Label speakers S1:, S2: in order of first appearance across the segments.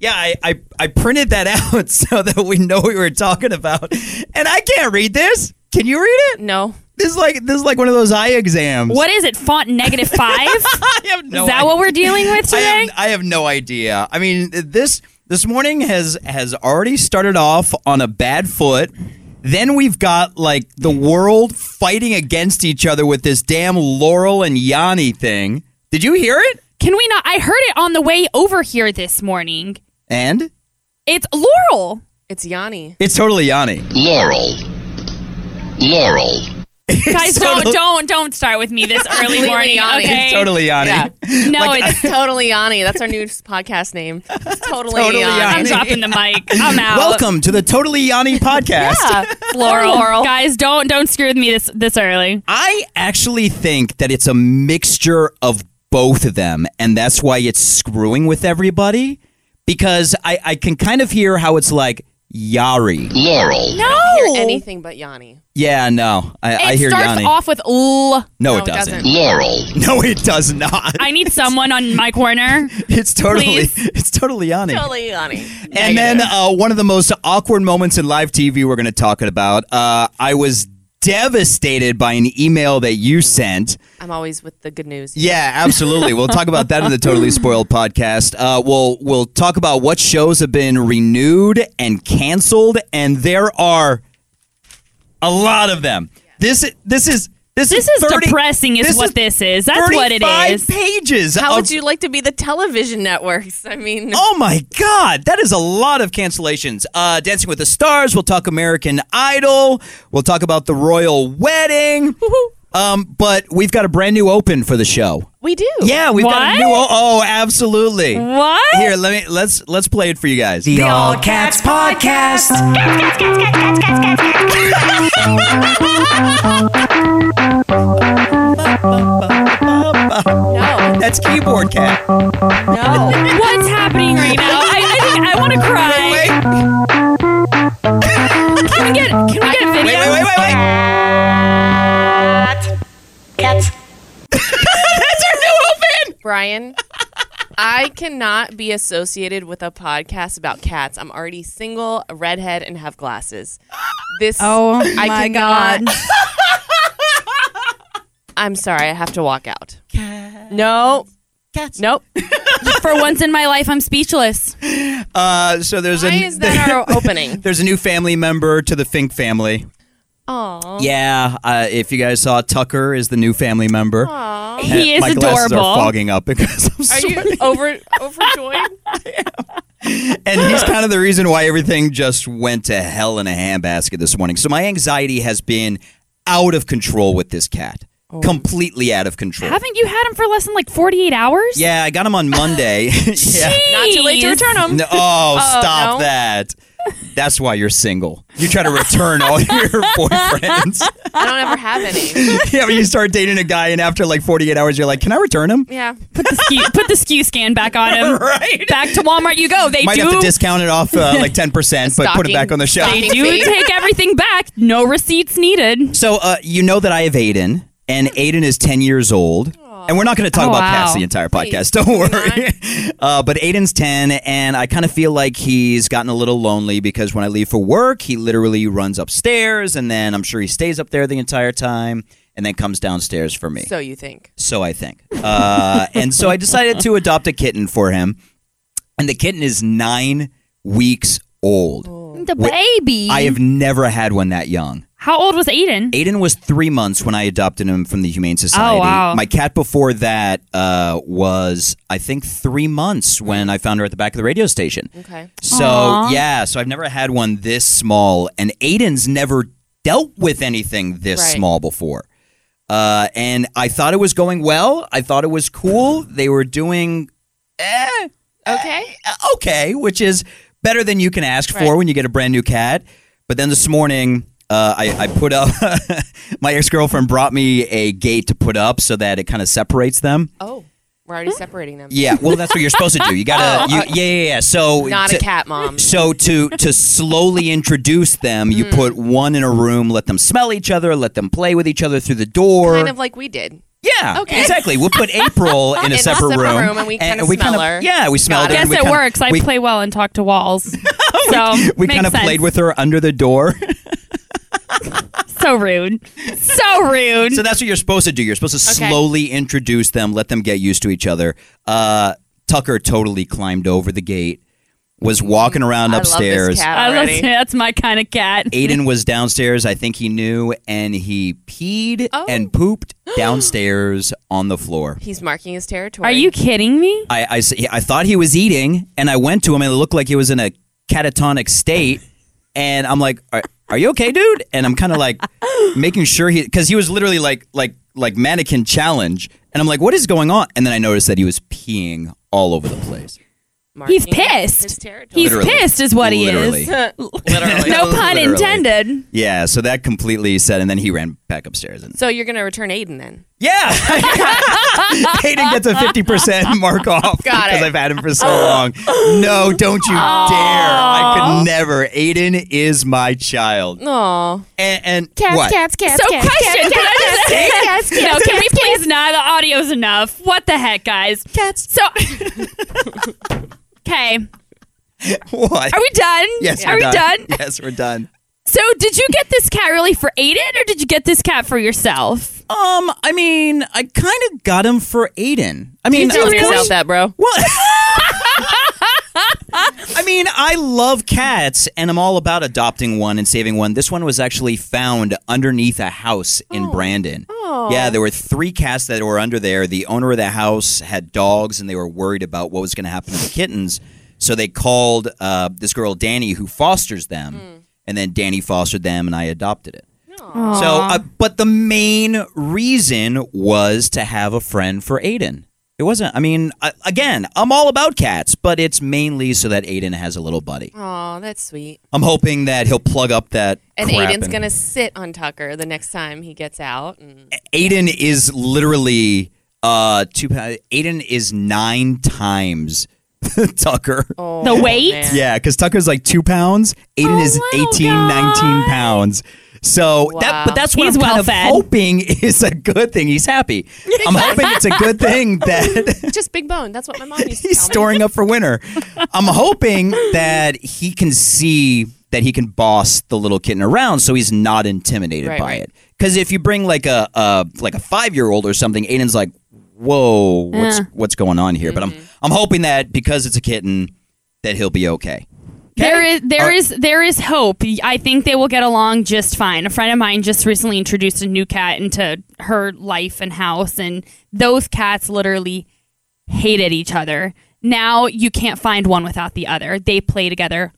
S1: Yeah, I, I, I printed that out so that we know what we were talking about. And I can't read this. Can you read it?
S2: No.
S1: This is like this is like one of those eye exams.
S2: What is it? Font negative five?
S1: I have no
S2: is that
S1: idea.
S2: what we're dealing with
S1: I
S2: today?
S1: have, I have no idea. I mean, this this morning has has already started off on a bad foot. Then we've got like the world fighting against each other with this damn Laurel and Yanni thing. Did you hear it?
S2: Can we not? I heard it on the way over here this morning.
S1: And
S2: It's Laurel.
S3: It's Yanni.
S1: it's totally Yanni.
S4: Laurel. Laurel.
S2: Guys,
S1: It's
S2: don't
S1: totally-
S2: don't don't start with me this early morning.
S3: Yanni.
S2: Okay.
S1: It's totally Yanni.
S3: Yeah.
S2: No,
S1: Like,
S2: it's,
S3: Totally Yanni. That's our new podcast name. It's totally,
S1: Totally
S2: I'm
S1: Yanni.
S2: dropping the mic. I'm out.
S1: Welcome to the Totally Yanni podcast.
S3: Yeah.
S2: Laurel.
S1: Oh,
S3: Laurel.
S2: Guys, don't don't screw with me this this early.
S1: I actually think that it's a mixture of both of them, and that's why it's screwing with everybody. Because I, I can kind of hear how it's like Yari.
S4: Laurel.
S2: No.
S3: Anything but Yanni.
S1: Yeah, no, I,
S2: It
S1: I hear
S2: starts
S1: Yanni.
S2: off with l.
S1: no,
S3: No,
S1: it
S3: it
S1: doesn't.
S3: doesn't.
S4: Laurel.
S1: No, it does not.
S2: I need someone on my corner.
S1: it's totally,
S2: Please.
S1: it's totally Yanni.
S3: Totally Yanni.
S1: And then uh, one of the most awkward moments in live TV we're going to talk about. Uh, I was devastated by an email that you sent.
S3: I'm always with the good news.
S1: Yeah, absolutely. We'll talk about that in the Totally Spoiled podcast. Uh, we'll we'll talk about what shows have been renewed and canceled, and there are a lot of them. This this is this,
S2: This is
S1: 30
S2: depressing, is what this is. That's what it
S1: 35
S2: is.
S1: Pages.
S3: How
S1: of-
S3: would you like to be the television networks? I mean,
S1: Oh my God, that is a lot of cancellations. Uh, Dancing with the Stars. We'll talk American Idol. We'll talk about the royal wedding. Um, but we've got a brand new open for the show.
S3: we do.
S1: Yeah, we've got a
S2: What?
S1: new. o- Oh, absolutely.
S2: What?
S1: Here, let me let's let's play it for you guys.
S5: All Cats Podcast.
S3: No.
S1: That's keyboard cat.
S3: No.
S2: What's happening right now? I, I think I want to cry.
S1: Wait,
S2: Can we get can we get a
S1: wait,
S2: video?
S1: wait, wait, wait, wait.
S3: Brian, I cannot be associated with a podcast about cats. I'm already single, a redhead, and have glasses. This.
S2: Oh
S3: I
S2: my
S3: cannot-
S2: god.
S3: I'm sorry. I have to walk out. No. Cats. Nope.
S2: For once in my life I'm speechless.
S1: Uh, so there's
S3: Why
S1: a
S3: is that our opening?
S1: there's a new family member to the Fink family.
S3: Aw.
S1: Yeah, uh, if you guys saw, Tucker is the new family member.
S3: Aw.
S1: And
S2: He is
S1: My glasses are
S2: adorable.
S1: fogging up because I'm
S3: Are
S1: sweating.
S3: you over overjoyed?
S1: and he's kind of the reason why everything just went to hell in a handbasket this morning. So my anxiety has been out of control with this cat, completely out of control.
S2: Haven't you had him for less than like 48 hours?
S1: yeah, I got him on Monday. yeah.
S3: Not too late to
S2: Jeez.
S3: return them.
S1: No, oh, stop
S3: no.
S1: that. That's why you're single. You try to return all your boyfriends.
S3: I don't ever have any.
S1: yeah, when you start dating a guy, and after like 48 hours, you're like, can I return him?
S3: Yeah.
S2: Put the skew, put the skew scan back on him.
S1: Right.
S2: Back to Walmart you go. They
S1: Might
S2: do
S1: have to discount it off uh, like 10%, but put it
S3: Stocking-
S1: back on the shelf.
S3: stocking
S2: they do
S3: fee.
S2: take everything back. No receipts needed.
S1: So uh, you know that I have Aiden, and Aiden is ten years old, and we're not going to talk
S2: Oh,
S1: about
S2: wow.
S1: cats the entire podcast. Don't worry. Uh, but Aiden's ten, and I kind of feel like he's gotten a little lonely because when I leave for work, he literally runs upstairs, and then I'm sure he stays up there the entire time, and then comes downstairs for me. So,
S3: So you think.
S1: I think, uh, and so I decided to adopt a kitten for him, and the kitten is nine weeks old.
S2: The baby.
S1: I have never had one that young.
S2: How old was Aiden?
S1: Aiden was three months when I adopted him from the Humane Society.
S2: Oh, wow.
S1: My cat before that uh, was, I think, three months when I found her at the back of the radio station.
S3: Okay.
S1: So, yeah, so I've never had one this small, and Aiden's never dealt with anything this
S3: Right.
S1: small before. Uh, and I thought it was going well. I thought it was cool. They were doing eh,
S3: Okay.
S1: uh, okay, which is better than you can ask for
S3: Right.
S1: when you get a brand new cat. But then this morning, uh, I, I put up. my ex girlfriend brought me a gate to put up so that it kind of separates them.
S3: Oh, we're already separating them.
S1: Yeah, well, that's what you're supposed to do. You gotta, you, yeah, yeah, yeah. So
S3: Oh, uh, Not a
S1: to-
S3: cat mom.
S1: So to to slowly introduce them,
S3: Hmm.
S1: you put one in a room, let them smell each other, let them play with each other through the door.
S3: Kind of like we did.
S1: Yeah,
S3: Okay.
S1: exactly. We'll put April in
S3: In
S1: a
S3: a
S1: separate
S3: separate
S1: room,
S3: room and we kinda
S1: kinda-
S3: smell her.
S1: Yeah, we smelled
S3: Got
S1: her.
S3: it.
S1: and
S2: Guess
S1: we
S2: it
S1: kinda-
S2: works. I
S1: we,
S2: play well and talk to walls. So
S1: We kind of played with her under the door.
S2: So rude. So rude.
S1: so that's what you're supposed to do. You're supposed to
S3: Okay.
S1: slowly introduce them, let them get used to each other. Uh, Tucker totally climbed over the gate, was walking around
S3: I love
S1: upstairs.
S3: this cat
S2: I love
S3: already.
S2: that's my kind of cat.
S1: Aiden was downstairs. I think he knew, and he peed
S3: Oh.
S1: and pooped downstairs on the floor.
S3: He's marking his territory.
S2: Are you kidding me?
S1: I, I s- I thought he was eating, and I went to him, and it looked like he was in a catatonic state. And I'm like, "Are, are you okay, dude?" And I'm kind of like making sure he, because he was literally like, like, like mannequin challenge. And I'm like, "What is going on?" And then I noticed that he was peeing all over the place.
S2: He's
S3: marking His
S2: pissed.
S3: territory.
S2: He's
S1: Literally.
S2: pissed is what
S1: Literally.
S2: he is.
S3: Literally.
S2: No pun
S1: Literally.
S2: intended.
S1: Yeah, so that completely said, and then he ran back upstairs. And
S3: So you're gonna return Aiden then?
S1: yeah, Hayden gets a fifty percent mark off
S3: Got it.
S1: because I've had him for so long. No, don't you dare! I could never. Aiden is my child.
S3: No.
S1: And, and what?
S2: So question, can I just No, can we please not? The audio's enough. What the heck, guys?
S3: Cats.
S2: So Okay. Are
S1: What?
S2: we done?
S1: yes,
S2: Are
S1: we're
S2: we
S1: done.
S2: done?
S1: Yes, we're done.
S2: So did you get this cat really for Aiden or did you get this cat for yourself?
S1: Um, I mean, I kind of got him for Aiden. I mean,
S2: Did you
S1: of
S2: really?
S1: course-
S3: Doubt that, bro.
S1: What? I mean, I love cats and I'm all about adopting one and saving one. This one was actually found underneath a house in Brandon. Yeah, there were three cats that were under there. The owner of the house had dogs and they were worried about what was going to happen to the kittens. So they called uh, this girl, Danny, who fosters them. And then Danny fostered them and I adopted it. So, uh, but the main reason was to have a friend for Aiden. It wasn't. I mean, I, again, I'm all about cats, but it's mainly so that Aiden has a little buddy.
S3: Oh, that's sweet.
S1: I'm hoping that he'll plug up that.
S3: And
S1: crap
S3: Aiden's
S1: and-
S3: gonna sit on Tucker the next time he gets out. And
S2: Eh,
S1: Aiden is literally uh two. pa- Aiden is nine times Tucker.
S3: oh,
S2: The weight?
S3: man.
S1: Yeah, because Tucker's like two pounds. Aiden
S2: Oh
S1: is
S2: my
S1: 18,
S2: God.
S1: 19 pounds. So that,
S3: Wow.
S1: but that's what
S2: He's
S1: I'm kind
S2: well
S1: of
S2: fed.
S1: hoping is a good thing. He's happy. I'm hoping it's a good thing that
S3: Just big bone. That's what my mom used to
S1: he's
S3: tell me.
S1: storing up for winter. I'm hoping that he can see that he can boss the little kitten around, so he's not intimidated
S3: Right,
S1: by
S3: right.
S1: it. Because if you bring like a, a like a five year old or something, Aiden's like, "Whoa, what's
S2: Yeah.
S1: what's going on here?" But I'm I'm hoping that because it's a kitten, that he'll be okay.
S2: There is there
S1: Are-
S2: is there is hope. I think they will get along just fine. A friend of mine just recently introduced a new cat into her life and house and those cats literally hated each other. Now you can't find one without the other. They play together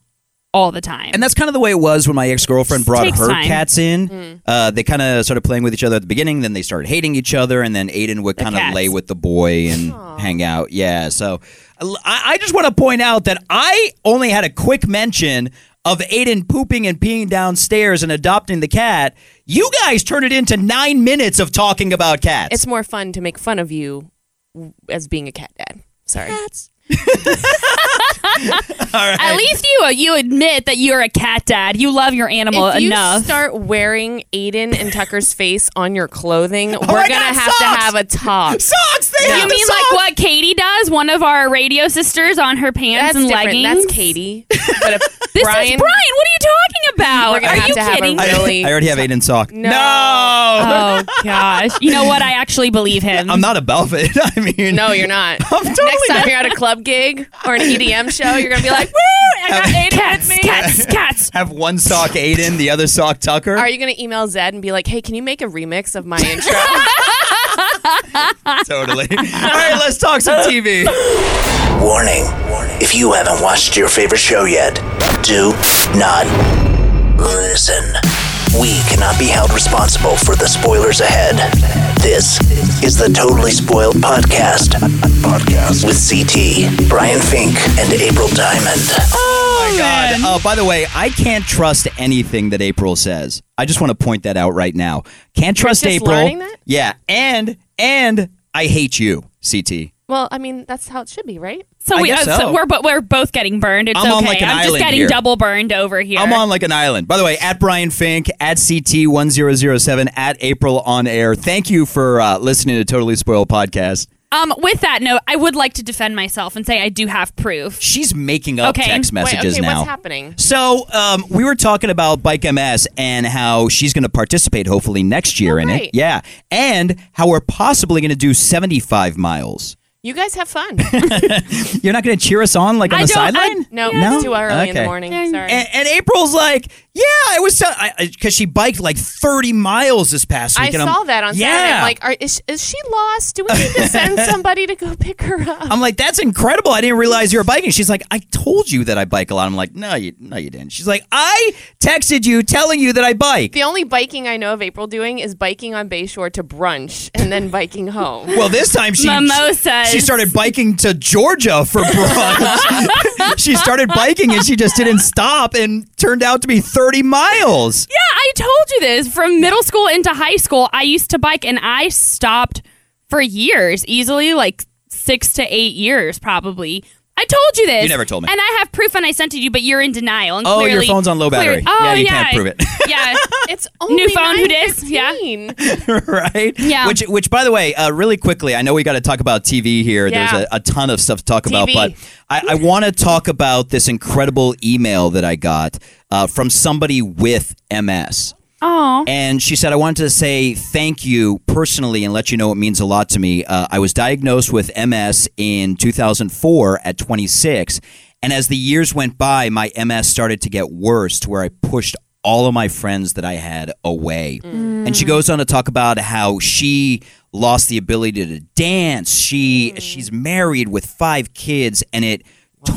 S2: all the time.
S1: And that's kind of the way it was when my ex girlfriend brought
S2: takes
S1: her
S2: time. Mm.
S1: cats in. Uh, they kind of started playing with each other at the beginning, then they started hating each other, and then Aiden would kind of
S2: cats.
S1: lay with the boy and hang out. Yeah. So I, I just want to point out that I only had a quick mention of Aiden pooping and peeing downstairs and adopting the cat. You guys turned it into nine minutes of talking about cats.
S3: It's more fun to make fun of you as being a cat dad. Sorry.
S2: At least you you admit that you're a cat dad. You love your animal
S3: if you
S2: enough.
S3: start wearing Aiden and Tucker's face on your clothing, we're
S1: I got
S3: gonna have to
S1: Oh socks!
S3: have a talk.
S1: Socks. They
S2: you mean like what Katie does? One of our radio sisters on her pants
S3: That's
S2: and
S3: different.
S2: leggings.
S3: That's Katie. But if
S2: This
S3: Brian,
S2: is Brian. What are
S3: We're
S2: you talking about?
S3: gonna
S2: Are
S3: have
S2: you
S3: to have a
S2: kidding? me?
S3: real-
S1: I,
S3: really-
S1: I already have Aiden sock.
S3: No.
S2: Oh gosh! You know what? I actually believe him.
S1: I'm not a Belfit. I mean,
S3: no, you're not.
S1: totally
S3: Next time
S1: not.
S3: you're at a club gig or an EDM show, you're gonna be like, "Woo, I got Aiden
S2: cats,
S3: with me."
S2: cats, cats.
S1: have one sock Aiden, the other sock Tucker.
S3: Are you gonna email Zed and be like, "Hey, can you make a remix of my intro?"
S1: totally. All right, let's talk some TV.
S3: Oh,
S6: Warning. If you haven't watched your favorite show yet, do not listen. We cannot be held responsible for the spoilers ahead. This is the Totally Spoiled Podcast. Podcast with CT, Brian Fink, and April Diamond.
S1: Oh my god. Uh, by the way, I can't trust anything that April says. I just want to point that out right now. Can't trust
S3: just
S1: April.
S3: learning that?
S1: Yeah, and and I hate you, CT.
S3: Well, I mean, that's how it should be, right?
S2: So,
S1: I
S2: we,
S1: guess
S2: uh,
S1: so.
S2: we're but we're both getting burned. It's
S1: I'm
S2: okay.
S1: on, like, an
S2: I'm just
S1: island
S2: getting
S1: here.
S2: double burned over here.
S1: I'm on like an island. By the way, at Brian Fink, at CT1007, at April on air. Thank you for uh, listening to Totally Spoiled Podcast.
S2: Um, with that note, I would like to defend myself and say I do have proof.
S1: She's making up
S2: Okay.
S1: text
S2: Wait,
S1: messages
S3: Wait, okay,
S1: now.
S3: what's happening?
S1: So um, we were talking about Bike MS and how she's going to participate hopefully next year in
S3: Oh, great.
S1: it. Yeah, and how we're possibly going to do seventy-five miles.
S3: You guys have fun.
S1: You're not going to cheer us on like on
S2: I
S1: the
S2: don't- I-
S1: sideline?
S3: No,
S1: No?
S3: it's too early in
S1: Okay.
S3: the
S1: Eh,
S3: morning.
S2: Yeah.
S3: Sorry.
S1: And, and April's like, yeah, I was because she biked like thirty miles this past
S3: I
S1: week. and I'm-
S3: saw that on
S1: yeah.
S3: Saturday. I'm like, are, is, is she lost? Do we need to send somebody to go pick her up?
S1: I'm like, that's incredible. I didn't realize you were biking. She's like, I told you that I bike a lot. I'm like, no, you, no, you didn't. She's like, I texted you telling you that I bike.
S3: The only biking I know of April doing is biking on Bayshore to brunch and then biking home.
S1: Well, this time she
S2: Mimosas.
S1: She started biking to Georgia for brunch. she started biking and she just didn't stop and turned out to be 30 miles.
S2: Yeah, I told you this. From middle school into high school, I used to bike and I stopped for years, easily like six to eight years probably. I told you this.
S1: You never told me.
S2: And I have proof and I sent it to you, but you're in denial. And
S1: Oh, your
S2: clearly-
S1: phone's on low
S2: clear-
S1: battery.
S2: Oh,
S1: Yeah, you can't prove it.
S2: yeah.
S3: It's only
S2: phone, who dis?
S3: 9:15.
S1: right?
S2: Yeah.
S1: Which, which, by the way, uh, really quickly, I know we got to talk about TV here.
S3: Yeah.
S1: There's a, a ton of stuff to talk about,
S3: TV.
S1: but I, I want to talk about this incredible email that I got uh, from somebody with MS.
S2: Oh.
S1: And she said, I wanted to say thank you personally and let you know it means a lot to me. Uh, I was diagnosed with MS in 2004 at 26. And as the years went by, my MS started to get worse to where I pushed all of my friends that I had away. And she goes on to talk about how she lost the ability to dance. She she's married with five kids and it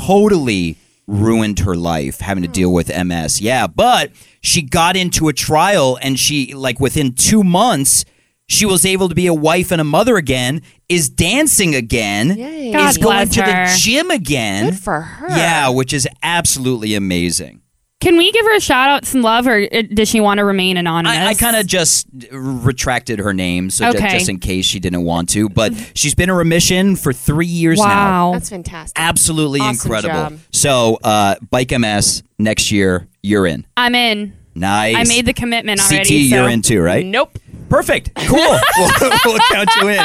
S1: totally ruined her life having to
S2: Hmm.
S1: deal with MS. Yeah, but she got into a trial and she like within 2 months she was able to be a wife and a mother again, is dancing again,
S2: God
S1: is going
S2: bless
S1: to the
S2: her.
S1: gym again.
S3: Good for her.
S1: Yeah, which is absolutely amazing.
S2: Can we give her a shout out, some love, or uh, does she want to remain anonymous?
S1: I, I kind of just retracted her name, so ju-
S2: Okay.
S1: just in case she didn't want to. But she's been in remission for three years now.
S2: Wow.
S3: That's fantastic.
S1: Absolutely
S3: Awesome
S1: incredible.
S3: job.
S1: So, uh, Bike MS next year, you're in.
S2: I'm in.
S1: Nice.
S2: I made the commitment
S1: CT,
S2: already. so-
S1: you're in too, right?
S3: Nope.
S1: Perfect. Cool. we'll, we'll count you in.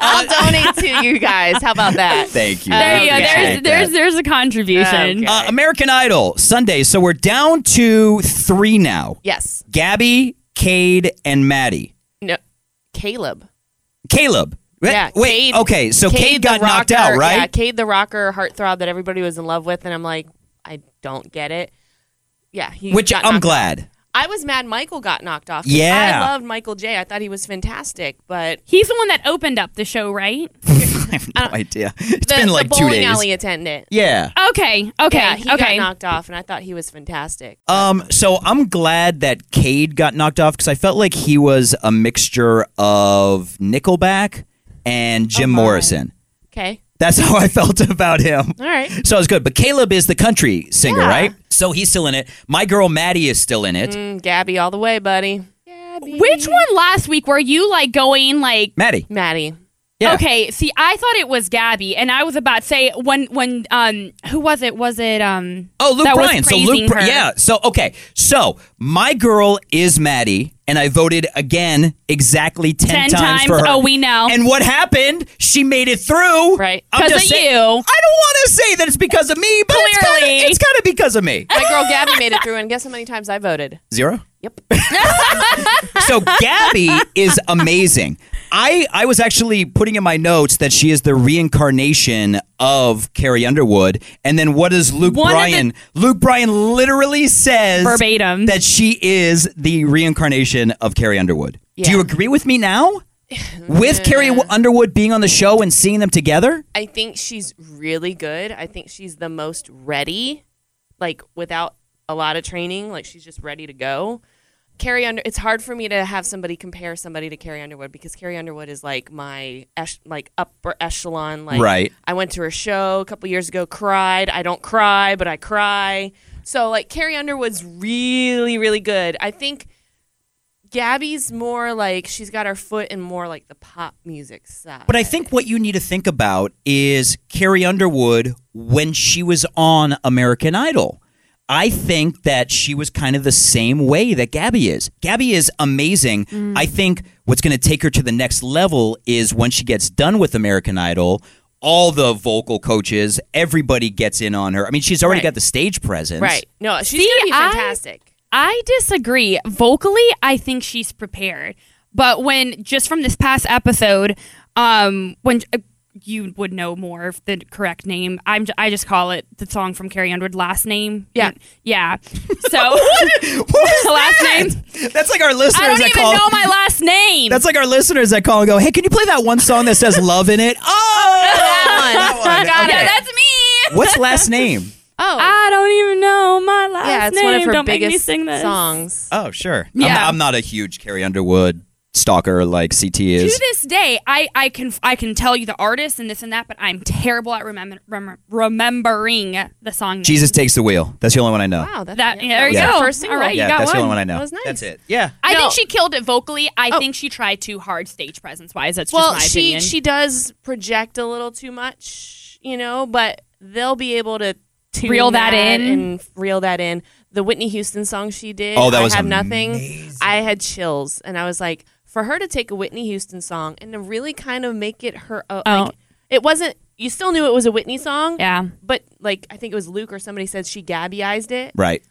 S3: I'll donate to you guys. How about that?
S1: Uh, Thank you.
S2: There you go.
S3: Okay.
S2: There's there's there's a contribution.
S3: Oh, Okay.
S1: uh, American Idol Sunday. So we're down to three now.
S3: Yes.
S1: Gabby, Cade, and Maddie.
S3: No. Caleb.
S1: Caleb.
S3: Yeah,
S1: Wait.
S3: Cade-
S1: okay. So Cade,
S3: the
S1: got knocked out,
S3: rocker-
S1: right?
S3: Yeah, Cade the rocker heartthrob that everybody was in love with, and I'm like, I don't get it. Yeah, he
S1: Which
S3: got
S1: I'm
S3: knocked-
S1: glad.
S3: I was mad Michael got knocked off.
S1: Yeah.
S3: I loved Michael J. I thought he was fantastic, but
S2: He's the one that opened up the show, right?
S1: I have no idea. It's
S3: Uh, the,
S1: been
S3: the
S1: like two
S3: bowling
S1: days.
S3: alley attendant.
S1: Yeah.
S2: Okay. Okay.
S3: Yeah, he
S2: okay.
S3: got knocked off, and I thought he was fantastic.
S1: Um. So I'm glad that Cade got knocked off because I felt like he was a mixture of Nickelback and Jim Morrison.
S3: Okay,
S1: That's how I felt about him.
S3: all right.
S1: So it was good. But Caleb is the country singer,
S3: Yeah.
S1: right? So he's still in it. My girl Maddie is still in it.
S3: Mm, Gabby, all the way, buddy.
S2: Which one last week were you like going like?
S1: Maddie.
S3: Maddie.
S1: Yeah.
S2: Okay. See, I thought it was Gabby, and I was about to say when when um who was it? Was it um?
S1: Oh, Luke
S2: that was
S1: Bryan. So Luke,
S2: praising
S1: Br-
S2: her.
S1: yeah. So okay. So my girl is Maddie, and I voted again exactly ten,
S2: 10 times.
S1: for her.
S2: Oh, we know.
S1: And what happened? She made it through.
S3: Right.
S1: I'm
S2: 'Cause
S1: just
S2: of
S1: saying- I
S2: you.
S1: don't want to say that it's because of me, but it's kinda-
S2: Clearly.
S1: it's kind of because of me.
S3: My girl Gabby made it through, and guess how many times I voted?
S1: Zero.
S3: Yep.
S1: So Gabby is amazing. I, I was actually putting in my notes that she is the reincarnation of Carrie Underwood. And then what does Luke
S2: One of the-
S1: Bryan? Luke Bryan literally says
S2: Verbatim.
S1: that she is the reincarnation of Carrie Underwood. Do you
S3: Yeah.
S1: agree with me now? With Carrie Underwood being on the show and seeing them together?
S3: I think she's really good. I think she's the most ready, like without a lot of training. Like she's just ready to go. Carrie Under. It's hard for me to have somebody compare somebody to Carrie Underwood because Carrie Underwood is like my esh- like upper echelon. Like
S1: Right.
S3: I went to her show a couple years ago. Cried. I don't cry, but I cry. So like Carrie Underwood's really really good. I think Gabby's more like she's got her foot in more like the pop music side.
S1: But I think what you need to think about is Carrie Underwood when she was on American Idol. I think that she was kind of the same way that Gabby is. Gabby is amazing. I think what's going to take her to the next level is when she gets done with American Idol, all the vocal coaches, everybody gets in on her. I mean, she's already
S3: Right.
S1: got the stage presence.
S3: right. No, she's
S2: See,
S3: gonna be
S2: I-
S3: fantastic.
S2: I disagree. Vocally, I think she's prepared. But when just from this past episode, um, when uh, you would know more of the correct name, I'm j- I just call it the song from Carrie Underwood, last name.
S3: Yeah.
S2: yeah. So last name.
S1: That's like our listeners
S2: I don't
S1: that
S2: even
S1: call
S2: know my last name.
S1: That's like our listeners that call and go, "Hey, can you play that one song that says love in it?" Oh,
S3: That one.
S2: yeah,
S1: Got it.
S2: that's me.
S1: what's last name?
S3: Oh,
S2: I don't even know my Ah, last
S3: yeah, it's
S2: name.
S3: one of her
S2: don't make me
S3: biggest
S2: sing this.
S3: songs.
S1: Oh, sure.
S2: Yeah.
S1: I'm, I'm not a huge Carrie Underwood stalker like CT is.
S2: to this day, I, I can I can tell you the artist and this and that, but I'm terrible at remember, rem- remembering the song. name.
S1: Jesus takes the wheel. That's the only one I know.
S3: Wow, that's
S2: That- there
S3: was
S2: you
S3: her
S2: go.
S3: First single.
S2: All right.
S1: Yeah,
S2: got
S1: that's the only
S2: one.
S1: one I know.
S3: That was nice.
S1: That's it. Yeah.
S2: I
S3: No.
S2: think she killed it vocally. I think she tried too hard stage presence wise. That's just
S3: Well,
S2: my
S3: she
S2: opinion.
S3: she does project a little too much, you know, but they'll be able to tune
S2: Reel that in.
S3: and reel that in. The Whitney Houston song she did,
S1: Oh, that
S3: I
S1: was
S3: have nothing. I had chills, and I was like, for her to take a Whitney Houston song and to really kind of make it her own.
S2: Oh.
S3: Like, it wasn't. You still knew it was a Whitney song,
S2: yeah,
S3: But like, I think it was Luke or somebody said she Gabbyized it.
S1: Right.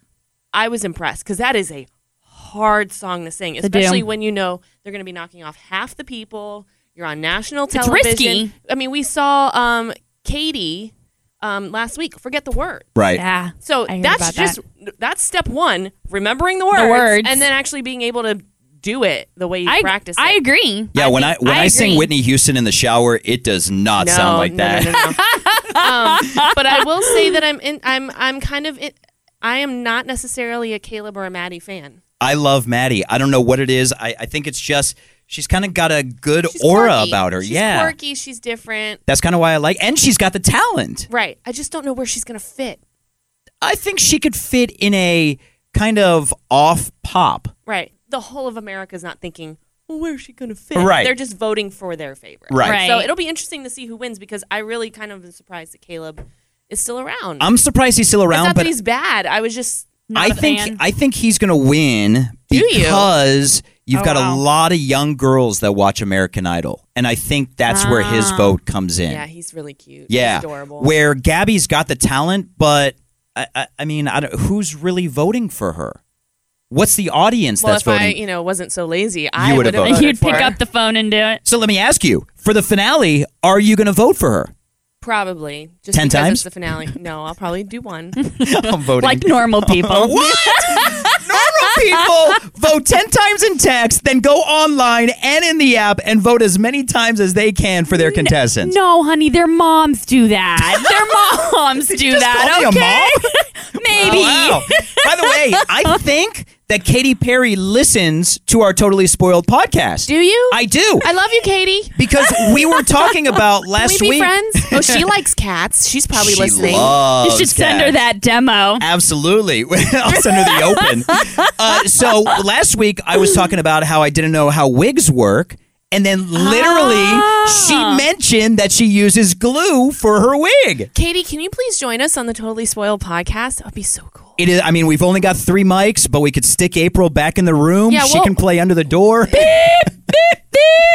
S3: I was impressed because that is a hard song to sing,
S2: do.
S3: especially when you know they're going to be knocking off half the people. You're on national
S2: It's
S3: television.
S2: risky.
S3: I mean, we saw um, Katie um, last week. Forget the word.
S1: Right.
S2: yeah.
S3: So
S2: I heard
S3: that's
S2: about
S3: just that's step one: remembering the words,
S2: words.
S3: and then actually being able to do it the way you
S2: I
S3: practice.
S2: I
S3: it.
S2: agree.
S1: Yeah, when I when I, sing
S2: agree.
S1: Whitney Houston in the shower, it does not
S3: no,
S1: sound like
S3: no,
S1: that.
S3: no, no, no. um, but I will say that I'm in, I'm I'm kind of in, I am not necessarily a Caleb or a Maddie fan.
S1: I love Maddie. I don't know what it is. I, I think it's just she's kind of got a good
S3: She's
S1: aura
S3: quirky.
S1: about her.
S3: She's
S1: yeah.
S3: quirky. She's different.
S1: That's kind of why I like and she's got the talent.
S3: Right. I just don't know where she's going to fit.
S1: I think she could fit in a kind of off pop.
S3: Right. The whole of America's not thinking, well, where's she going to fit?
S1: Right.
S3: They're just voting for their favorite.
S1: Right.
S2: Right.
S3: So it'll be interesting to see who wins because I really kind of am surprised that Caleb is still around.
S1: I'm surprised he's still
S3: it's
S1: around,
S3: not
S1: but
S3: that he's bad. I was just.
S2: Not
S1: I
S2: a
S1: think
S2: fan.
S1: I think he's going to win
S3: you?
S1: because you've
S2: Oh,
S1: got a
S2: wow.
S1: lot of young girls that watch American Idol, and I think that's where his vote comes in.
S3: Ah. Yeah, he's really cute.
S1: Yeah.
S3: He's adorable.
S1: Where Gabby's got the talent, but I, I, I mean, I don't, who's really voting for her? What's the audience
S3: well,
S1: that's
S3: if I,
S1: voting?
S3: you know, wasn't so lazy, I
S1: You
S3: would
S1: would've
S3: have voted.
S1: voted
S2: you'd
S3: for
S2: pick
S3: her.
S2: up the phone and do it.
S1: so let me ask you: for the finale, are you going to vote for her?
S3: probably just
S1: 10
S3: because
S1: times?
S3: it's the finale. No, I'll probably do one.
S1: I'm voting.
S2: Like normal people.
S1: What? Normal people vote 10 times in text, then go online and in the app and vote as many times as they can for their contestants.
S2: no, honey, their moms do that. Their moms do
S1: just
S2: that.
S1: call me a Oh,
S2: okay, maybe.
S1: Wow. By the way, I think that Katy Perry listens to our Totally Spoiled podcast.
S3: Do you?
S1: I do.
S3: I love you, Katie.
S1: because we were talking about last
S3: Can we be
S1: week.
S3: friends? Oh, she likes cats. She's probably
S1: She
S3: listening.
S1: loves
S2: You should send her
S1: cats.
S2: that demo.
S1: Absolutely. I'll send her the open. Uh, so last week I was talking about how I didn't know how wigs work. And then literally
S3: Ah.
S1: she mentioned that she uses glue for her wig.
S3: Katie, can you please join us on the Totally Spoiled podcast? That would be so cool.
S1: It is, I mean, we've only got three mics, but we could stick April back in the room.
S3: Yeah,
S1: she
S3: well-
S1: can play under the door.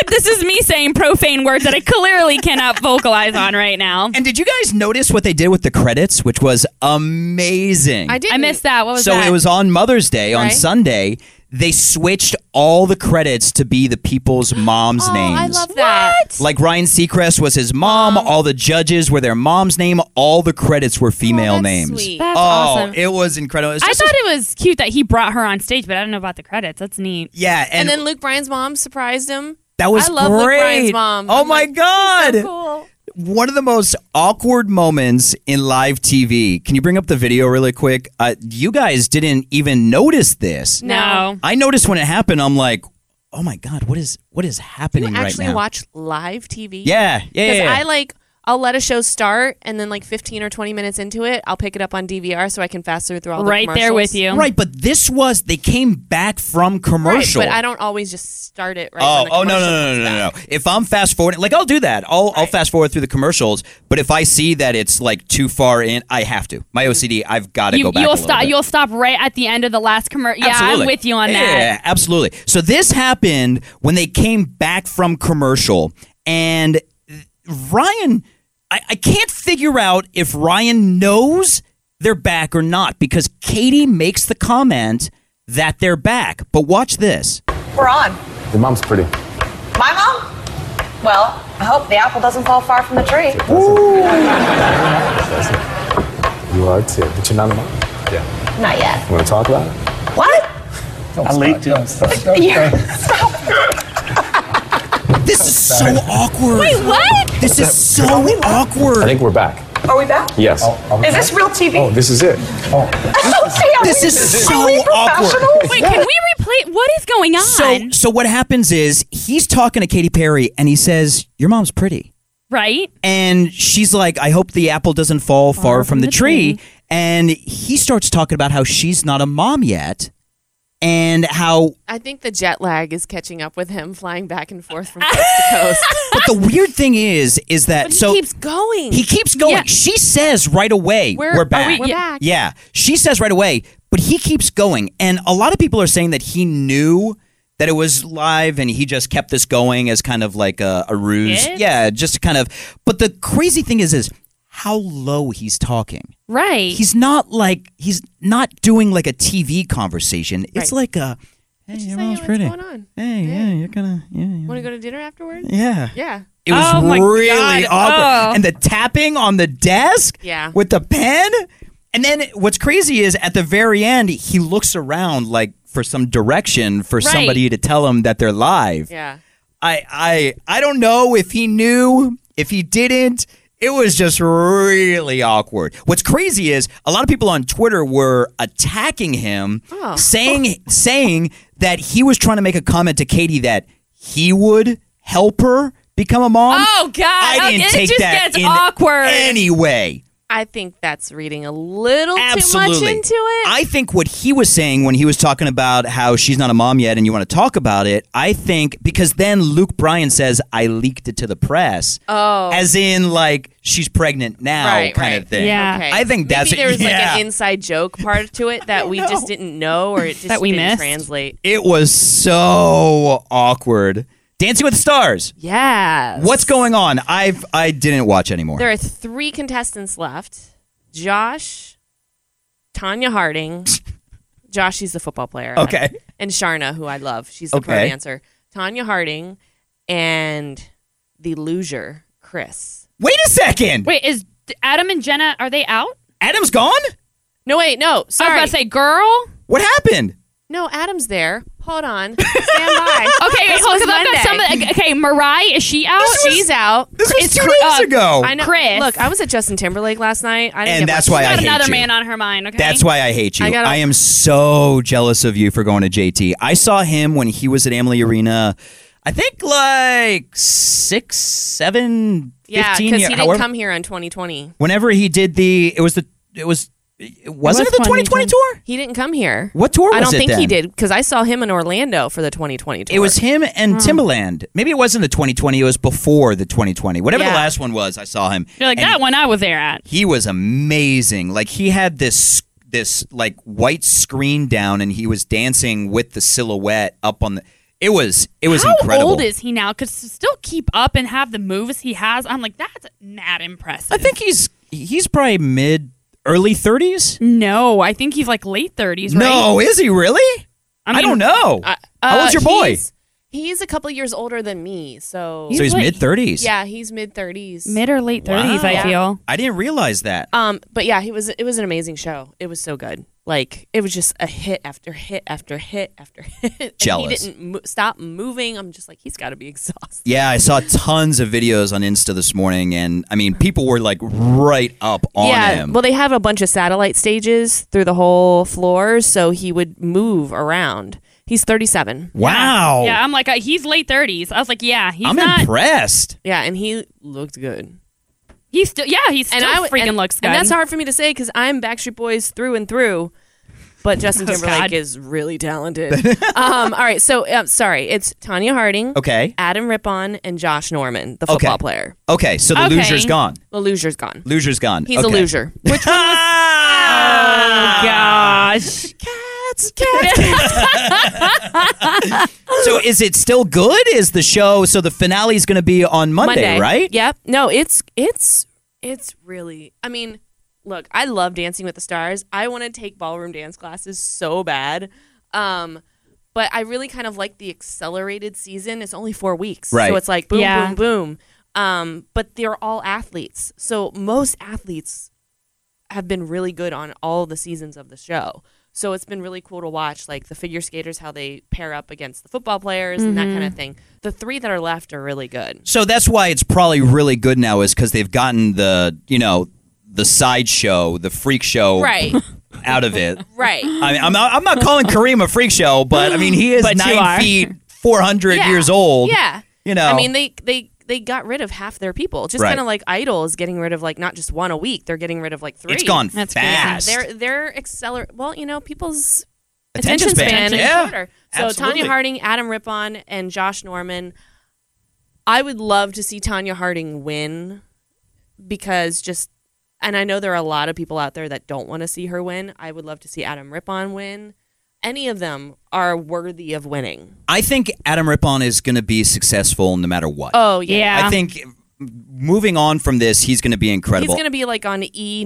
S2: This is me saying profane words that I clearly cannot vocalize on right now.
S1: and did you guys notice what they did with the credits, which was amazing?
S3: I did.
S2: I missed that. What was
S1: so
S2: that?
S1: it was on Mother's Day on
S3: Right.
S1: Sunday. They switched all the credits to be the people's moms'
S3: Oh,
S1: names.
S3: I love that.
S1: Like Ryan Seacrest was his mom. all the judges were their mom's name. All the credits were female
S3: that's
S1: names.
S3: sweet.
S2: That's
S1: oh,
S2: awesome.
S1: it was incredible. It's
S2: I
S1: just-
S2: thought it was cute that he brought her on stage, but I don't know about the credits. That's neat.
S1: yeah, and,
S3: And, then Luke Bryan's mom surprised him.
S1: that was
S3: I love Luke
S1: great.
S3: Bryan's mom.
S1: Oh
S3: I'm
S1: my
S3: like,
S1: god!
S3: Cool.
S1: One of the most awkward moments in live TV. Can you bring up the video really quick? Uh, you guys didn't even notice this.
S2: No.
S1: I noticed when it happened. I'm like, oh my god, what is what is
S3: You
S1: happening right
S3: actually
S1: now?
S3: watch live TV?
S1: yeah, yeah, yeah,
S3: Because
S1: yeah.
S3: I like I'll let a show start, and then like 15 or 20 minutes into it, I'll pick it up on DVR so I can fast through through all the
S2: right there with
S3: commercials.
S2: you.
S1: Right, but this was they came back from
S3: Right,
S1: commercial.
S3: but I don't always just start it right.
S1: Oh,
S3: when the
S1: oh no, no,
S3: commercial
S1: no,
S3: comes
S1: no, no,
S3: back.
S1: no! If I'm fast forwarding, like I'll do that. I'll I'll fast forward through the commercials. But if I see that it's like too far in, I have to. My OCD, I've got to
S2: Mm-hmm. You,
S1: go back.
S2: will
S1: a little
S2: stop.
S1: bit.
S2: You'll stop right at the end of the last commercial. Yeah, I'm
S1: Absolutely.
S2: with you on
S1: Yeah,
S2: that.
S1: absolutely. So this happened when they came back from commercial, and Ryan, I, I can't figure out if Ryan knows they're back or not because Katie makes the comment that they're back. But watch this.
S7: We're on.
S8: Your mom's pretty.
S7: My mom? Well, I hope the apple doesn't fall far from the tree.
S8: You are too, but you're not a mom. Yeah.
S7: Not yet.
S8: You want to talk about it?
S7: What?
S8: I leaked it.
S1: This is so awkward.
S2: Wait, what?
S1: This is so awkward.
S8: I think we're back.
S7: Are we back?
S8: Yes.
S7: Is this real
S8: Oh,
S7: TV?
S8: this is it. Oh.
S7: Okay, are
S1: This
S7: we-
S1: is
S7: are we
S1: so awkward.
S7: professional?
S2: Wait, can we replay? What is going on?
S1: so, so what happens is he's talking to Katy Perry and he says, "Your mom's pretty."
S2: right?
S1: And she's like, I hope the apple doesn't fall far, from, the, tree. And he starts talking about how she's not a mom yet and how.
S3: I think the jet lag is catching up with him flying back and forth from coast to coast.
S1: But the weird thing is, is that
S3: But
S1: so.
S3: he keeps going.
S1: he keeps going.
S2: Yeah.
S1: She says right away,
S3: We're-
S1: we're,
S3: are
S1: back.
S3: we- We're yeah. back.
S1: Yeah. She says right away, but he keeps going. And a lot of people are saying that he knew that it was live and he just kept this going as kind of like a, a ruse.
S2: Yes.
S1: Yeah, just kind of. But the crazy thing is, is how low he's talking.
S2: Right.
S1: he's not like he's not doing like a TV conversation. It's like a hey, your
S3: Say,
S1: mom's
S3: what's
S1: pretty.
S3: going on?
S1: Hey, yeah, you're gonna yeah. yeah.
S3: Want to go to dinner afterwards?
S1: Yeah.
S3: Yeah.
S1: It was
S2: Oh my
S1: really
S2: God.
S1: awkward.
S2: Oh.
S1: And the tapping on the desk
S3: Yeah.
S1: with the pen. And then what's crazy is at the very end, he looks around like for some direction for
S2: Right.
S1: somebody to tell him that they're live.
S3: Yeah.
S1: I I I don't know if he knew, if he didn't. It was just really awkward. What's crazy is a lot of people on Twitter were attacking him,
S3: Oh.
S1: saying saying that he was trying to make a comment to Katie that he would help her become a mom.
S2: Oh, God.
S1: I didn't
S2: It
S1: take
S2: just
S1: that
S2: gets
S1: in
S2: awkward.
S1: any way.
S3: I think that's reading a little
S1: Absolutely.
S3: too much into it.
S1: I think what he was saying when he was talking about how she's not a mom yet and you want to talk about it, I think because then Luke Bryan says, I leaked it to the press. Oh. As in, like, she's pregnant now
S3: Right,
S1: kind
S3: right.
S1: of thing.
S2: Yeah.
S3: Okay.
S1: I think that's
S3: Maybe there was
S1: yeah.
S3: like an inside joke part to it that we just didn't know or it just
S2: That we
S3: didn't
S2: missed?
S3: translate.
S1: It was so awkward. Dancing with the Stars.
S3: Yeah.
S1: What's going on? I've I didn't watch anymore.
S3: There are three contestants left Josh, Tanya Harding. Josh, she's the football player.
S1: Okay.
S3: And Sharna, who I love. She's the pro
S1: Okay.
S3: dancer. Tanya Harding and the loser, Chris.
S1: Wait a second.
S2: Wait, is Adam and Jenna are they out?
S1: Adam's gone?
S3: No, wait, no. Sorry. Oh,
S2: I was about to say, girl.
S1: What happened?
S3: no, Adam's there. Hold on. Stand by.
S2: Okay,
S3: This
S2: hold- 'cause
S3: was
S2: I've got
S3: Monday. Oh,
S2: some- Okay, Mariah is she out?
S3: She's out.
S1: This was
S2: It's
S1: two
S2: cr-
S1: days
S2: uh,
S1: ago.
S3: I know.
S2: Chris.
S3: Look, I was at Justin Timberlake last night. I didn't
S1: And
S3: get
S1: that's
S3: much-
S1: why I
S2: got
S1: hate
S2: another
S1: you.
S2: man on her mind. Okay,
S1: That's why I hate you.
S3: I
S1: I,
S3: gotta-
S1: am so jealous of you for going to JT. I saw him when he was at Amalie Arena. I think like six, seven,
S3: Yeah, because
S1: fifteen.
S3: he
S1: year-
S3: didn't
S1: however-
S3: come here in 2020.
S1: Whenever he did the, it was the, it was, it wasn't it,
S2: was
S1: the 2020
S2: 2020.
S1: tour?
S3: He didn't come here.
S1: What tour was
S3: I don't
S1: it
S3: think he
S1: then?
S3: did because I saw him in Orlando for the 2020 tour.
S1: It was him and
S3: Hmm.
S1: Timbaland. Maybe it wasn't the 2020. It was before the 2020. Whatever
S3: Yeah.
S1: the last one was, I saw him.
S2: you're like
S1: And
S2: that one I was there at.
S1: he was amazing. Like he had this this like white screen down, and he was dancing with the silhouette up on the. It was it was
S2: How
S1: incredible.
S2: old is he now? Because to still keep up and have the moves he has, I'm like that's mad impressive.
S1: I think he's he's probably mid early thirties.
S2: no, I think he's like late 30s. Right?
S1: No, is he really? I,
S2: mean, uh,
S1: don't know. How old's your boy?
S3: He's, he's a couple years older than me, so
S1: so he's
S2: like-
S1: mid thirties.
S3: yeah, he's mid 30s.
S2: mid or late 30s. I
S1: Wow.
S2: feel.
S1: I didn't realize that.
S2: Uh,
S3: Um, but yeah, he was. It was an amazing show. It was so good. Like it was just a hit after hit after hit after hit. And
S1: Jealous.
S3: He didn't mo- stop moving. I'm just like he's got to be exhausted.
S1: Yeah, I saw tons of videos on Insta this morning, and I mean, people were like right up on
S3: yeah.
S1: him.
S3: Well, they have a bunch of satellite stages through the whole floor, so he would move around. He's 37.
S1: wow.
S2: Yeah, I'm like uh, he's late 30s. I was like, yeah, he's
S1: Oh. I'm
S2: not.
S1: impressed.
S3: Yeah, and he looked good.
S2: He still, yeah, he still
S3: and I would-
S2: freaking
S3: and-
S2: looks good.
S3: And that's hard for me to say because I'm Backstreet Boys through and through. But Justin
S2: Oh,
S3: Timberlake
S2: God.
S3: is really talented. um, all right, so um, sorry, it's Tanya Harding,
S1: Okay.
S3: Adam Rippon, and Josh Norman, the football player.
S1: Okay, so the
S2: Okay.
S1: loser's gone.
S3: The loser's gone.
S1: Loser's gone.
S3: He's a
S1: Okay.
S3: loser.
S1: Ah!
S2: Gosh.
S1: So is it still good? Is the show so the finale is going to be on Monday, right?
S3: Yep. No, it's it's it's really. I mean, look, I love Dancing with the Stars. I want to take ballroom dance classes so bad, um, but I really kind of like the accelerated season. It's only four weeks,
S1: Right.
S3: So it's like boom,
S2: Yeah.
S3: boom, boom. Um, but they're all athletes, so most athletes have been really good on all the seasons of the show. So it's been really cool to watch, like the figure skaters, how they pair up against the football players and that kind of thing. The three that are left are really good.
S1: So that's why it's probably really good now is cuz they've gotten the, you know, the side show, the freak show
S3: Right.
S1: out of it.
S3: Right.
S1: I mean, I'm not, I'm not calling Kareem a freak show, but I mean, he is
S2: But you
S1: nine
S2: are.
S1: feet, 400
S3: Yeah.
S1: years old.
S3: Yeah.
S1: You know,
S3: I mean, they they they got rid of half their people. Just
S1: Right.
S3: kind of like Idol is getting rid of like not just one a week. They're getting rid of like three.
S1: it's gone
S2: That's crazy.
S1: fast.
S3: They're they're acceler. Well, you know, people's
S1: Attention span,
S3: is
S1: yeah.
S3: shorter. So
S1: Absolutely.
S3: Tanya Harding, Adam Rippon, and Josh Norman. I would love to see Tanya Harding win because just and I know there are a lot of people out there that don't want to see her win. I would love to see Adam Rippon win. Any of them are worthy of winning.
S1: I think Adam Rippon is going to be successful no matter what.
S3: Oh
S2: Yeah.
S1: I think moving on from this, he's going to be incredible.
S3: He's going to be like on E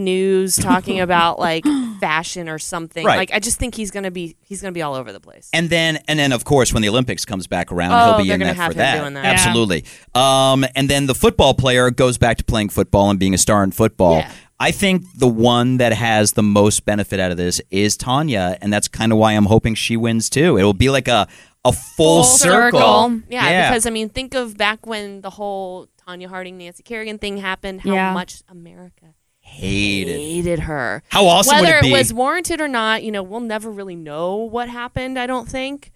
S3: News talking about like fashion or something.
S1: Right.
S3: Like I just think he's going to be he's going to be all over the place.
S1: And then, and then, of course, when the Olympics comes back around,
S3: Oh,
S1: he'll be
S3: they're
S1: in
S3: gonna
S1: that for
S3: have him
S1: that.
S3: doing that. Yeah.
S1: Absolutely. Um, and then the football player goes back to playing football and being a star in football.
S3: Yeah.
S1: I think the one that has the most benefit out of this is Tanya, and that's kind of why I'm hoping she wins too. It will be like a a full,
S2: Full
S1: circle.
S2: circle.
S3: yeah, because I mean, think of back when the whole Tanya Harding, Nancy Kerrigan thing happened. How
S2: Yeah.
S3: much America
S1: hated.
S3: hated her.
S1: How awesome would
S3: Whether
S1: it
S3: it,
S1: be?
S3: was warranted or not, you know, we'll never really know what happened. I don't think.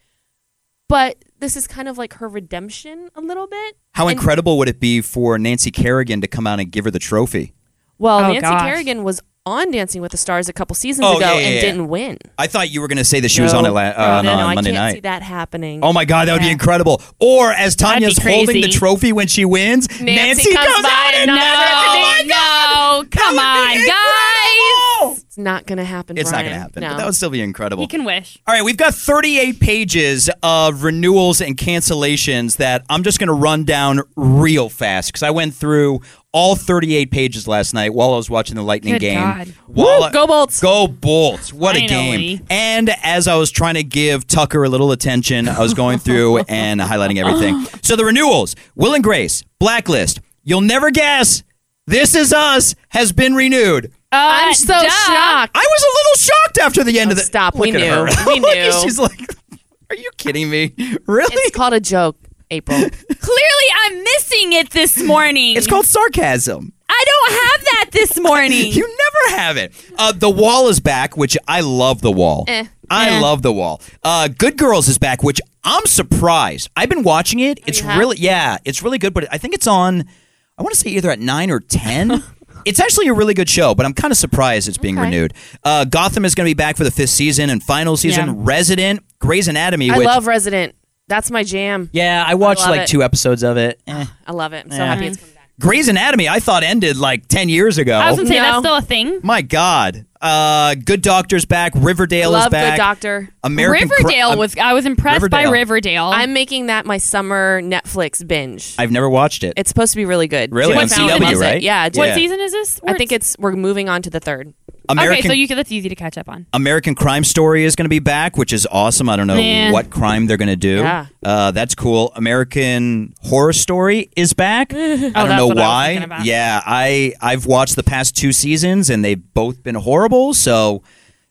S3: But this is kind of like her redemption a little bit.
S1: How
S3: And-
S1: incredible would it be for Nancy Kerrigan to come out and give her the trophy?
S3: Well,
S2: Oh,
S3: Nancy
S2: gosh.
S3: Kerrigan was on Dancing with the Stars a couple seasons
S1: Oh,
S3: ago
S1: yeah, yeah,
S3: and
S1: yeah.
S3: didn't win.
S1: I thought you were going to say that she was on it la-
S3: No, Oh,
S1: uh, on,
S3: no, no,
S1: on Monday
S3: I can't
S1: night.
S3: see that happening.
S1: Oh my God, that would be incredible. Or as Tanya's holding
S2: crazy.
S1: the trophy when she wins, Nancy, comes, out and
S2: no,
S1: does it.
S2: no, come
S1: That would
S2: on,
S1: be
S2: guys.
S1: incredible.
S3: It's not going to happen.
S1: It's not
S3: going to
S1: happen,
S3: No.
S1: but that would still be incredible.
S2: He can wish.
S1: All right, we've got 38 pages of renewals and cancellations that I'm just going to run down real fast because I went through all 38 pages last night while I was watching the Lightning
S2: Good
S1: game.
S2: God.
S1: While I-
S3: go Bolts.
S1: Go Bolts. What a
S2: Finally.
S1: game. And as I was trying to give Tucker a little attention, I was going through and highlighting everything. So the renewals Will and Grace, Blacklist, You'll Never Guess, This Is Us has been renewed.
S3: I'm so
S2: Uh, duh.
S3: shocked.
S1: I was a little shocked after the end
S3: Oh,
S1: of the.
S3: stop.
S1: Look
S3: We
S1: at
S3: knew.
S1: her.
S3: We
S1: Look at-
S3: knew.
S1: She's like, are you kidding me? Really?
S3: It's called a joke, April.
S2: Clearly, I'm missing it this morning.
S1: It's called sarcasm.
S2: I don't have that this morning.
S1: You never have it. Uh, the wall is back, which I love. The wall.
S3: Eh.
S1: I
S2: Eh.
S1: love the wall. Uh, Good Girls is back, which I'm surprised. I've been watching it. It's
S3: you have?
S1: really yeah, it's really good. But I think it's on. I want to say either at nine or ten. It's actually a really good show, but I'm kind of surprised it's being renewed. Uh, Gotham is going to be back for the fifth season and final season.
S2: Yeah.
S1: Resident, Grey's Anatomy.
S3: I
S1: which,
S3: love Resident. That's my jam.
S1: Yeah, I watched
S3: love
S1: like
S3: it.
S1: two episodes of it. Eh.
S3: I love it. I'm so
S1: Yeah.
S3: happy it's coming back.
S1: Grey's Anatomy, I thought ended like ten years ago.
S2: I was gonna say
S3: No.
S2: that's still a thing.
S1: My God, uh, Good Doctor's back. Riverdale is
S3: Love
S1: back. Um,
S3: Good Doctor.
S1: American Cr-
S2: Riverdale
S1: I'm-
S2: was. I was impressed by Riverdale.
S3: I'm making that my summer Netflix binge.
S1: I've never watched it.
S3: it's supposed to be really good.
S1: Really?
S3: Jimmy
S1: On
S3: Fallon
S1: CW,
S3: loves it.
S1: right?
S3: Yeah.
S2: what
S1: Yeah.
S2: season is this?
S3: I think it's we're moving on to the third.
S1: American
S2: okay. So you can, that's easy to catch up on.
S1: American Crime Story is going to be back, which is awesome. I don't know
S2: Man.
S1: what crime they're going to do.
S3: Yeah.
S1: Uh, that's cool. American Horror Story is back. I don't
S2: Oh, that's
S1: know
S2: what I was
S1: why.
S2: thinking about.
S1: yeah, I I've watched the past two seasons and they've both been horrible. So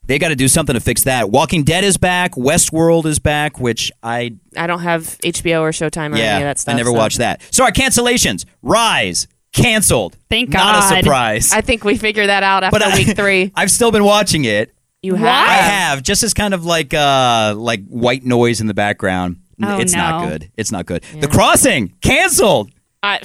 S1: they got to do something to fix that. Walking Dead is back. Westworld is back, which I
S3: I don't have HBO or Showtime or
S1: yeah
S3: any of that stuff.
S1: I never
S3: so.
S1: watched that. So our cancellations rise canceled.
S2: Thank
S1: Not a
S2: God.
S1: surprise.
S3: I think we figured that out after
S1: I-
S3: week three.
S1: I've still been watching it.
S3: You
S1: I
S3: have.
S1: have just as kind of like uh like white noise in the background. N-
S2: Oh,
S1: it's not
S2: no.
S1: good. It's not good. The Crossing canceled.
S3: I,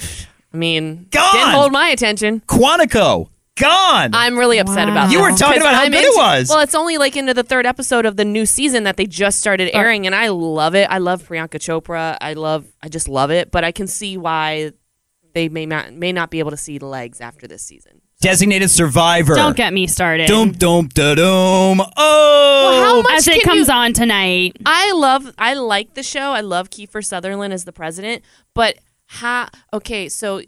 S3: I mean,
S1: Gone!
S3: didn't hold my attention.
S1: Quantico gone.
S3: I'm really upset
S2: Wow.
S3: about
S2: You
S3: that.
S2: were
S1: talking
S3: 'Cause
S1: about how
S3: I'm
S1: good it
S3: into-
S1: was.
S3: Well, it's only like into the third episode of the new season that they just started
S1: Uh,
S3: airing, and I love it. I love Priyanka Chopra. I love, I just love it. But I can see why they may not may not be able to see the legs after this season.
S1: Designated survivor.
S2: Don't get me started.
S1: Doom, doom, da, doom. Oh.
S3: Well, how much
S2: As it
S3: can
S2: comes
S3: you-
S2: on tonight,
S3: I love, I like the show. I love Kiefer Sutherland as the president. But how? Okay, so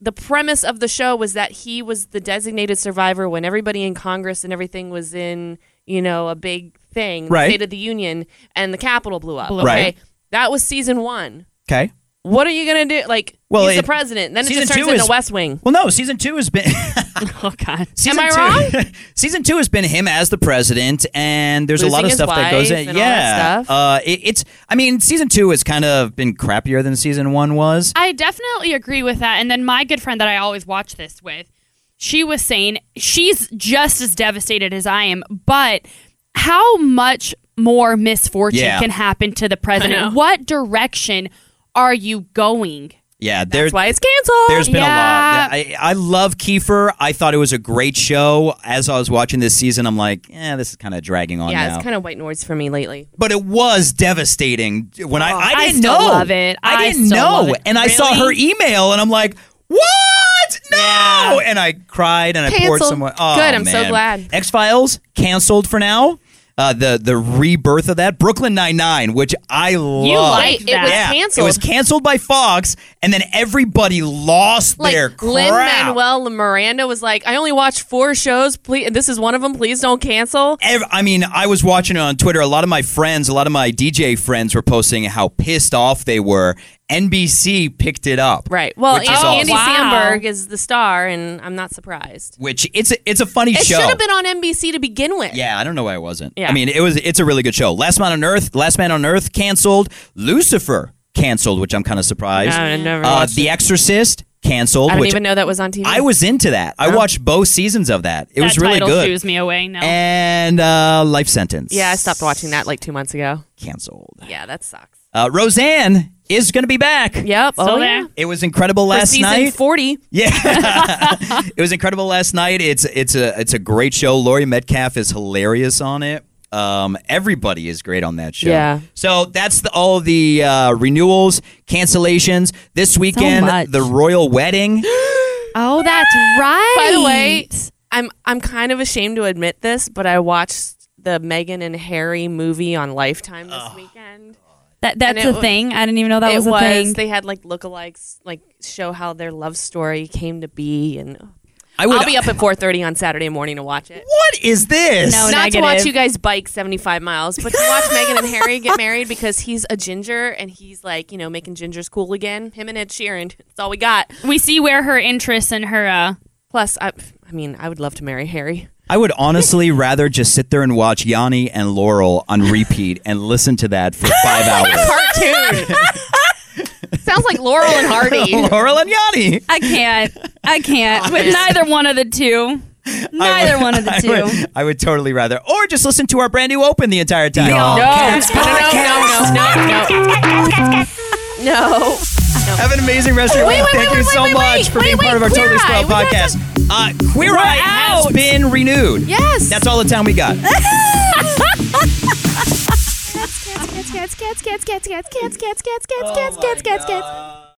S3: the premise of the show was that he was the designated survivor when everybody in Congress and everything was in, you know, a big thing, the
S1: Right.
S3: State of the Union, and the Capitol blew up.
S2: Blew
S3: okay,
S1: up. Right.
S3: that was season one.
S1: Okay.
S3: What are you gonna do? Like,
S1: Well,
S3: he's
S1: it-
S3: the president. Then it
S1: season
S3: just turns
S1: two
S3: into
S1: is-
S3: West Wing.
S1: Well, no, season two has been.
S2: oh god,
S1: Season
S3: I
S1: two, wrong? season two has been him as the president, and there's a lot
S3: Losing
S1: of
S3: his
S1: stuff that goes
S3: wife
S1: in.
S3: and all
S1: yeah,
S3: that stuff.
S1: Uh, it, it's. I mean, season two has kind of been crappier than season one was.
S2: I definitely agree with that. And then my good friend that I always watch this with, she was saying she's just as devastated as I am, but how much more misfortune
S1: Yeah.
S2: can happen to the president? What direction are you going?
S1: Yeah, there,
S3: That's why it's canceled.
S1: there's been
S2: Yeah.
S1: a lot. I, I love Kiefer. I thought it was a great show. As I was watching this season, I'm like, eh, this is kind of dragging on
S3: yeah,
S1: now.
S3: it's kind of white noise for me lately.
S1: but it was devastating when I I
S2: I
S1: didn't
S2: still
S1: know.
S2: love it.
S1: I,
S2: I
S1: didn't
S2: still
S1: know,
S2: love it.
S1: and I saw her
S2: Really?
S1: email, and I'm like, what? No! And I cried and I poured
S3: Canceled.
S1: someone. Oh,
S3: Good, I'm so
S1: man.
S3: glad.
S1: X Files canceled for now. Uh, the the rebirth of that Brooklyn Nine Nine, which I love.
S2: like
S3: it was
S2: Yeah,
S3: canceled.
S1: It was canceled by Fox, and then everybody lost their
S3: like
S1: crap.
S3: Lynn Manuel Miranda was like, I only watched four shows. Please, this is one of them. Please don't cancel.
S1: Ev- I mean, I was watching it on Twitter. A lot of my friends, a lot of my DJ friends were posting how pissed off they were. NBC picked it up.
S3: Right. Well,
S1: Which is
S3: Andy,
S1: awesome.
S3: Andy
S2: Wow.
S3: Samberg is the star, and I'm not surprised.
S1: Which it's a, it's a funny
S3: It
S1: show.
S3: should have been on NBC to begin with.
S1: yeah, I don't know why it wasn't.
S3: Yeah.
S1: I mean, it was it's a really good show. Last Man on Earth, Last Man on Earth canceled. Lucifer canceled, which I'm kind of surprised.
S3: Oh, I never
S1: uh,
S3: watched
S1: The Exorcist canceled,
S3: I didn't
S1: which
S3: even know Oh. that was on TV.
S1: I was into that. I watched both seasons of that. It
S2: that
S1: was really
S2: title
S1: good.
S2: shoos me away. No,
S1: And uh, Life Sentence.
S3: Yeah, I stopped watching that like two months ago.
S1: Canceled.
S3: Yeah, that sucks.
S1: Uh, Roseanne is going to be back.
S3: Yep.
S2: Still
S3: oh,
S2: there?
S3: yeah.
S1: It was incredible
S3: For
S1: last
S3: season
S1: night.
S3: 40.
S1: Yeah, it was incredible last night. It's it's a it's a great show. Laurie Metcalf is hilarious on it. Um, everybody is great on that show.
S3: Yeah.
S1: So that's the, all the uh, renewals, cancellations this weekend.
S2: much.
S1: the royal wedding.
S2: oh, that's right.
S3: By the way, I'm I'm kind of ashamed to admit this, but I watched the Meghan and Harry movie on Lifetime this weekend.
S2: that that's
S3: and it
S2: a
S3: wa-
S2: thing. I didn't even know that
S3: it
S2: was a
S3: was.
S2: thing.
S3: They had like lookalikes, like show how their love story came to be, and
S1: I would.
S3: I'll be up at 4:30 on Saturday morning to watch it.
S1: What is this?
S2: No,
S3: Not to
S2: negative.
S3: watch you guys bike 75 miles, but to watch Meghan and Harry get married because he's a ginger and he's like, you know, making gingers cool again. Him and Ed Sheeran. That's all we got.
S2: we see where her interests and her uh,
S3: Plus, I, I mean, I would love to marry Harry.
S1: I would honestly rather just sit there and watch Yanni and Laurel on repeat and listen to that for five hours.
S3: Cartoon. Sounds like Laurel and Hardy.
S1: Laurel and Yanni.
S2: I can't. I can't. With neither one of the two.
S1: I
S2: Neither
S1: would-
S2: one of the
S1: I
S2: two.
S1: Would, I would totally rather, or just listen to our brand new open the entire time.
S5: All
S3: No,
S5: Cats
S3: no, no, no, no, no, no.
S1: Have an amazing rest of your
S3: Wait,
S1: week.
S3: wait,
S1: Thank
S3: wait,
S1: you
S3: wait,
S1: so
S3: wait,
S1: much
S3: wait,
S1: for
S3: wait,
S1: being part
S3: wait,
S1: of our
S3: Queer
S1: Totally
S3: Eye.
S1: Spoiled
S3: We gotta
S1: podcast. Uh, Queer Eye has
S2: out.
S1: been renewed.
S3: Yes.
S1: That's all the time we got.
S9: Cats, cats, cats, cats, cats, cats, cats, cats, cats, cats, cats, cats, cats, cats, cats.